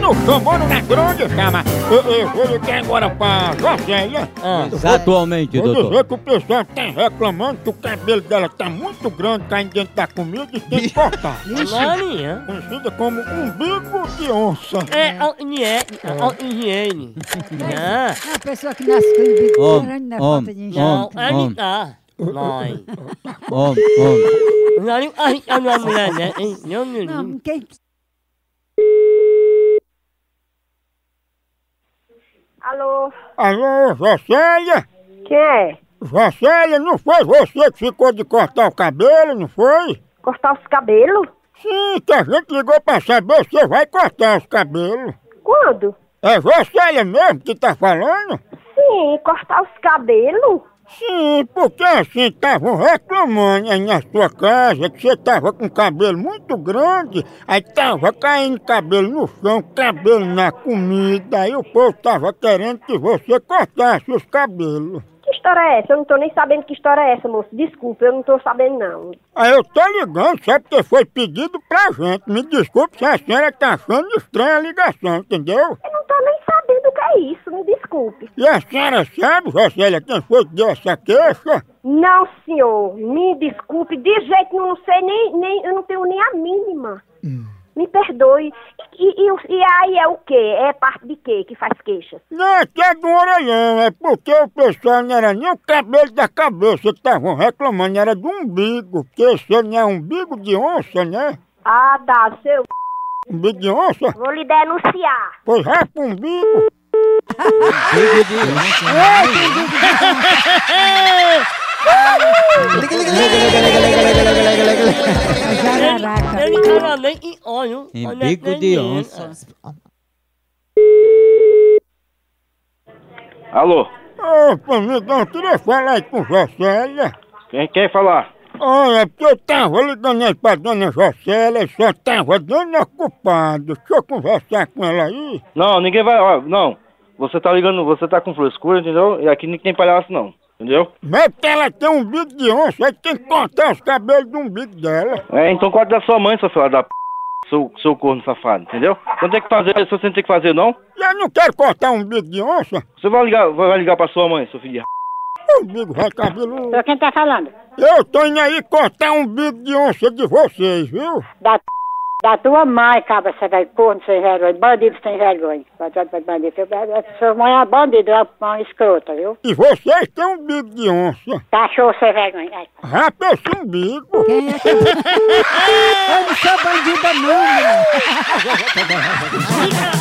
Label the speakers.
Speaker 1: não chamando na grande chama. Eu, eu vou ligar agora pra Josélia.
Speaker 2: Ah, Atualmente,
Speaker 1: Vou
Speaker 2: doutor.
Speaker 1: dizer que o pessoal tá reclamando que o cabelo dela tá muito grande, caindo dentro da comida e tem que cortar.
Speaker 3: Larinha.
Speaker 1: Conhecida como umbigo de onça.
Speaker 3: É, ó, nie- ó, higiene. Não,
Speaker 4: É uma pessoa que nasce com o bico
Speaker 2: Om,
Speaker 4: grande na
Speaker 2: om,
Speaker 4: falta de
Speaker 3: Ah, não,
Speaker 4: enxerga.
Speaker 3: é
Speaker 2: Homem,
Speaker 3: de cá. Mãe.
Speaker 2: Homem, homem.
Speaker 3: Larinha, a minha mulher, né? hein? Não, meu
Speaker 4: Não,
Speaker 3: lindo.
Speaker 4: quem
Speaker 5: Alô?
Speaker 1: Alô, Josélia?
Speaker 5: Quem é?
Speaker 1: Josélia, não foi você que ficou de cortar o cabelo, não foi?
Speaker 5: Cortar os cabelos?
Speaker 1: Sim, que a gente ligou pra saber se você vai cortar os cabelos.
Speaker 5: Quando?
Speaker 1: É Josélia mesmo que tá falando?
Speaker 5: Sim, cortar os cabelos?
Speaker 1: Sim, porque assim, estavam reclamando aí na sua casa que você tava com cabelo muito grande, aí tava caindo cabelo no chão, cabelo na comida, aí o povo tava querendo que você cortasse os cabelos.
Speaker 5: Que história é essa? Eu não tô nem sabendo que história é essa, moço. Desculpa, eu não tô sabendo, não.
Speaker 1: Aí eu tô ligando só porque foi pedido pra gente. Me desculpe se a senhora tá achando estranha a ligação, entendeu?
Speaker 5: Eu não tô nem sabendo o que é isso, me desculpe.
Speaker 1: E a senhora sabe, Rosélia, quem foi que deu essa queixa?
Speaker 5: Não, senhor, me desculpe. De jeito nenhum, não sei nem, nem... Eu não tenho nem a mínima. Me perdoe. E, e- e o- e aí é o quê? É parte de quê que faz queixa?
Speaker 1: Não, que é do orelhão, é porque o pessoal não era nem o cabelo da cabeça que estavam reclamando, era do umbigo, porque se não é umbigo de onça, né?
Speaker 5: Ah, dá, seu...
Speaker 1: Umbigo de onça?
Speaker 5: Vou lhe denunciar.
Speaker 1: Pois vai pro umbigo.
Speaker 2: Digo, digo.
Speaker 4: é
Speaker 3: Ele-
Speaker 4: jararaca?
Speaker 5: Tá
Speaker 3: Ele não era nem em óleo.
Speaker 2: Em
Speaker 3: olha,
Speaker 2: bico
Speaker 3: nem
Speaker 2: de
Speaker 3: ele.
Speaker 2: onça.
Speaker 6: Alô,
Speaker 1: Ô, amigão, eu queria falar aí com Josélia.
Speaker 6: quem quer falar?
Speaker 1: Olha, é porque eu tava ligando aí pra dona Josélia, só tava dando ocupado. Deixa eu conversar com ela aí.
Speaker 6: Não, ninguém vai. Ó, não, você tá ligando, você tá com flor escura, entendeu? E aqui ninguém tem palhaço, não, entendeu?
Speaker 1: Mas porque ela tem um bico de onça, aí tem que cortar os cabelos do umbigo dela.
Speaker 6: É, então corta da sua mãe, sua filha da p. Seu, seu corno safado, entendeu? Não tem que fazer isso, você não tem que fazer, não.
Speaker 1: E eu não quero cortar um bico de onça.
Speaker 6: Você vai ligar, vai vai ligar pra sua mãe, seu filho de r****.
Speaker 1: O umbigo vai cabeludo.
Speaker 5: Quem tá falando?
Speaker 1: Eu tô indo aí cortar um bico de onça de vocês, viu?
Speaker 5: Da, da tua mãe, cabra, você vai corno sem vergonha, bandido sem vergonha. Bandido, bandido. Sua mãe é bandido, é uma escrota, viu?
Speaker 1: E vocês têm um bico de onça.
Speaker 5: Cachorro sem vergonha. Ai.
Speaker 1: Rapa esse umbigo.
Speaker 4: Quem é que... Eu não sou bandida não, meu.
Speaker 3: Fica